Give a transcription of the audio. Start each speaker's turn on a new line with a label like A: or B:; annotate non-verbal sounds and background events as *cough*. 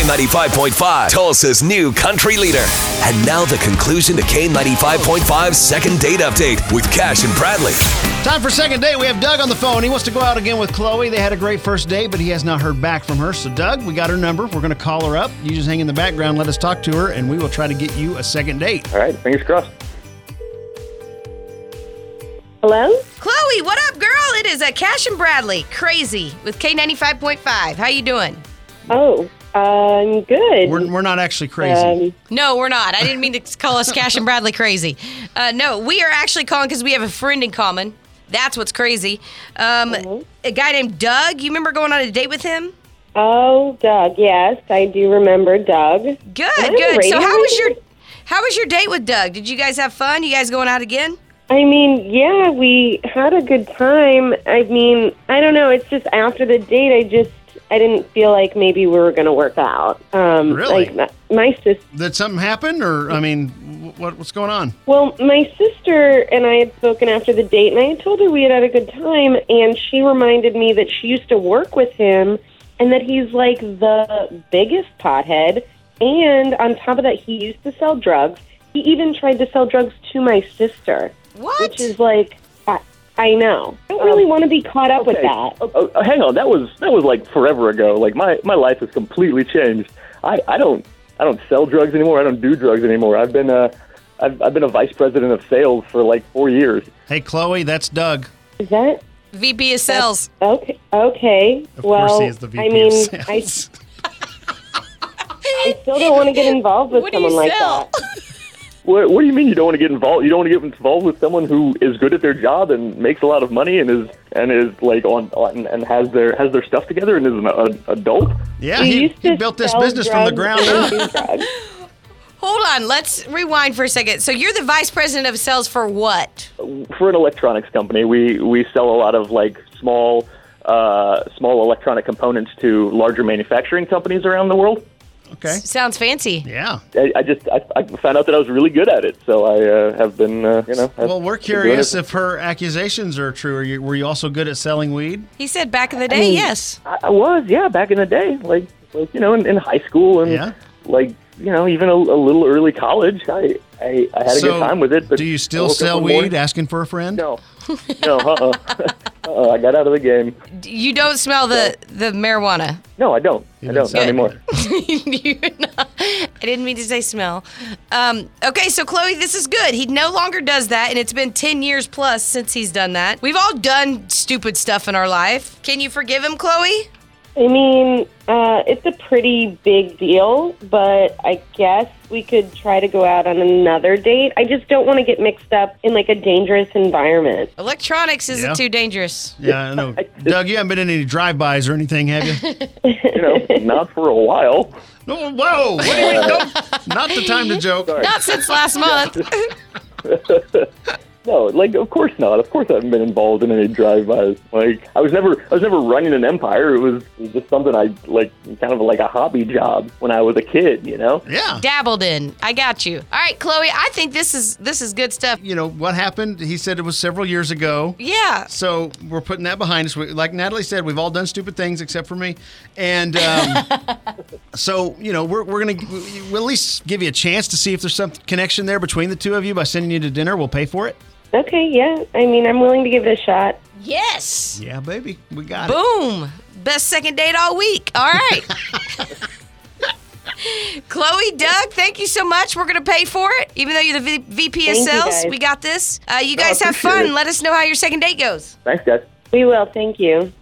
A: K95.5, Tulsa's new country leader. And now the conclusion to K95.5's second date update with Cash and Bradley.
B: Time for second date. We have Doug on the phone. He wants to go out again with Chloe. They had a great first date, but he has not heard back from her. So, Doug, we got her number. We're going to call her up. You just hang in the background, let us talk to her, and we will try to get you a second date.
C: All right, fingers crossed.
D: Hello?
E: Chloe, what up, girl? It is a Cash and Bradley, crazy with K ninety five point five. How you doing?
D: Oh, um, good.
B: We're, we're not actually crazy.
D: Um,
E: No, we're not. I didn't mean to *laughs* call us Cash and Bradley crazy. Uh, no, we are actually calling because we have a friend in common. That's what's crazy. Um, A guy named Doug. You remember going on a date with him?
D: oh, Doug. Yes, I do remember Doug.
E: Good,
D: Am I on
E: good. So
D: radio
E: how was
D: right
E: your
D: now?
E: how was your date with Doug? Did you guys have fun? You guys going out again?
D: I mean, yeah, we had a good time. I mean, I don't know. It's just after the date, I just I didn't feel like maybe we were going to work out. Um,
B: Really?
D: Like my, my sis.
B: Did something happen, or, I mean, wh- what, what's going on?
D: Well, my sister and I had spoken after the date, and I had told her we had had a good time, and she reminded me that she used to work with him, and that he's like the biggest pothead. And on top of that, he used to sell drugs. He even tried to sell drugs to my sister,
E: What? Oh.
D: which is like, I, I know. I don't really want to be caught up with
C: Okay.
D: that.
C: Oh, oh, hang on, that was that was like forever ago. Like my my life has completely changed. I I don't I don't sell drugs anymore. I don't do drugs anymore. I've been uh I've, I've been a vice president of sales for like four years.
B: Hey, Chloe, that's Doug.
D: Is that
E: VP of sales.
D: okay? Okay.
B: Of
D: well,
B: course, he is the VP
D: I mean,
B: of
D: I
B: sales.
D: still don't want to get involved with
E: What do you
D: someone like
E: sell?
D: that.
C: What, what do you mean you don't want to get involved? You don't want to get involved with someone who is good at their job and makes a lot of money and is and is like on, on and has their has their stuff together and is an, an adult.
B: *laughs* yeah, he,
D: used
B: he
D: to
B: built this
D: sell
B: business from the ground
D: drugs
B: up.
D: and do drugs.
E: Hold on, let's rewind for a second. So you're the vice president of sales for what?
C: for an electronics company, we we sell a lot of like small uh, small electronic components to larger manufacturing companies around the world.
B: Okay.
E: Sounds fancy.
B: Yeah.
C: I, I just I, I found out that I was really good at it, so I uh, have been uh, you know. I've
B: Well, we're
C: been doing it
B: curious
C: for-
B: if her accusations are true. Are you, were you also good at selling weed?
E: He said back in the day, yes.
C: I, I was yeah back in the day like like you know in, in high school and
B: Yeah.
C: like you know even a, a little early college I I, I had a good time with it. But
B: do you
C: I
B: still
C: woke up
B: sell
C: one
B: weed?
C: morning-
B: Asking for a friend?
C: No, no, uh, uh-uh. *laughs* uh, I got out of the game.
E: You don't smell the, the marijuana. *laughs*
C: No, I don't. I don't
B: doesn't
C: not
B: say.
C: anymore.
E: You're not- I didn't mean to say smell. Um, okay, so Chloe, this is good. He no longer does that, and it's been 10 years plus since he's done that. We've all done stupid stuff in our life. Can you forgive him, Chloe?
D: I mean, uh, it's a pretty big deal, but I guess we could try to go out on another date. I just don't want to get mixed up in like a dangerous environment.
E: Electronics isn't
B: Yeah.
E: too dangerous.
B: Yeah, I know.
C: *laughs*
B: Doug, you haven't been in any drive-bys or anything, have you?
C: *laughs* You know, not for a while.
B: No, whoa! What do you mean? Don't, not the time
C: *laughs*
B: to joke.
E: Not since last month.
C: No, like of course not. Of course I haven't been involved in any drive-bys. Like I was never, I was never running an empire. It was, it was just something I like, kind of like a hobby job when I was a kid. You know,
B: Yeah.
E: Dabbled in. I got you. All right, Chloe, I think this is this is good stuff.
B: You know what happened? He said it was several years ago.
E: Yeah.
B: So we're putting that behind us. We, like Natalie said, we've all done stupid things except for me, and um, so you know we're, we're gonna we'll at least give you a chance to see if there's some connection there between the two of you by sending you to dinner. We'll pay for it.
D: Okay, yeah. I mean, I'm willing to give it a shot.
E: Yes.
B: Yeah, baby, we got it.
E: Boom. Best second date all week. All
B: *laughs*
E: right. Chloe, Doug, thank you so much. We're going to pay for it, even though you're the v- VP of
D: Thank you,
E: sales.
D: guys. Oh,
E: We got this. Uh, you guys have
C: appreciate
E: fun.
C: it.
E: Let us know how your second date goes.
C: thanks guys.
D: We will. Thank you.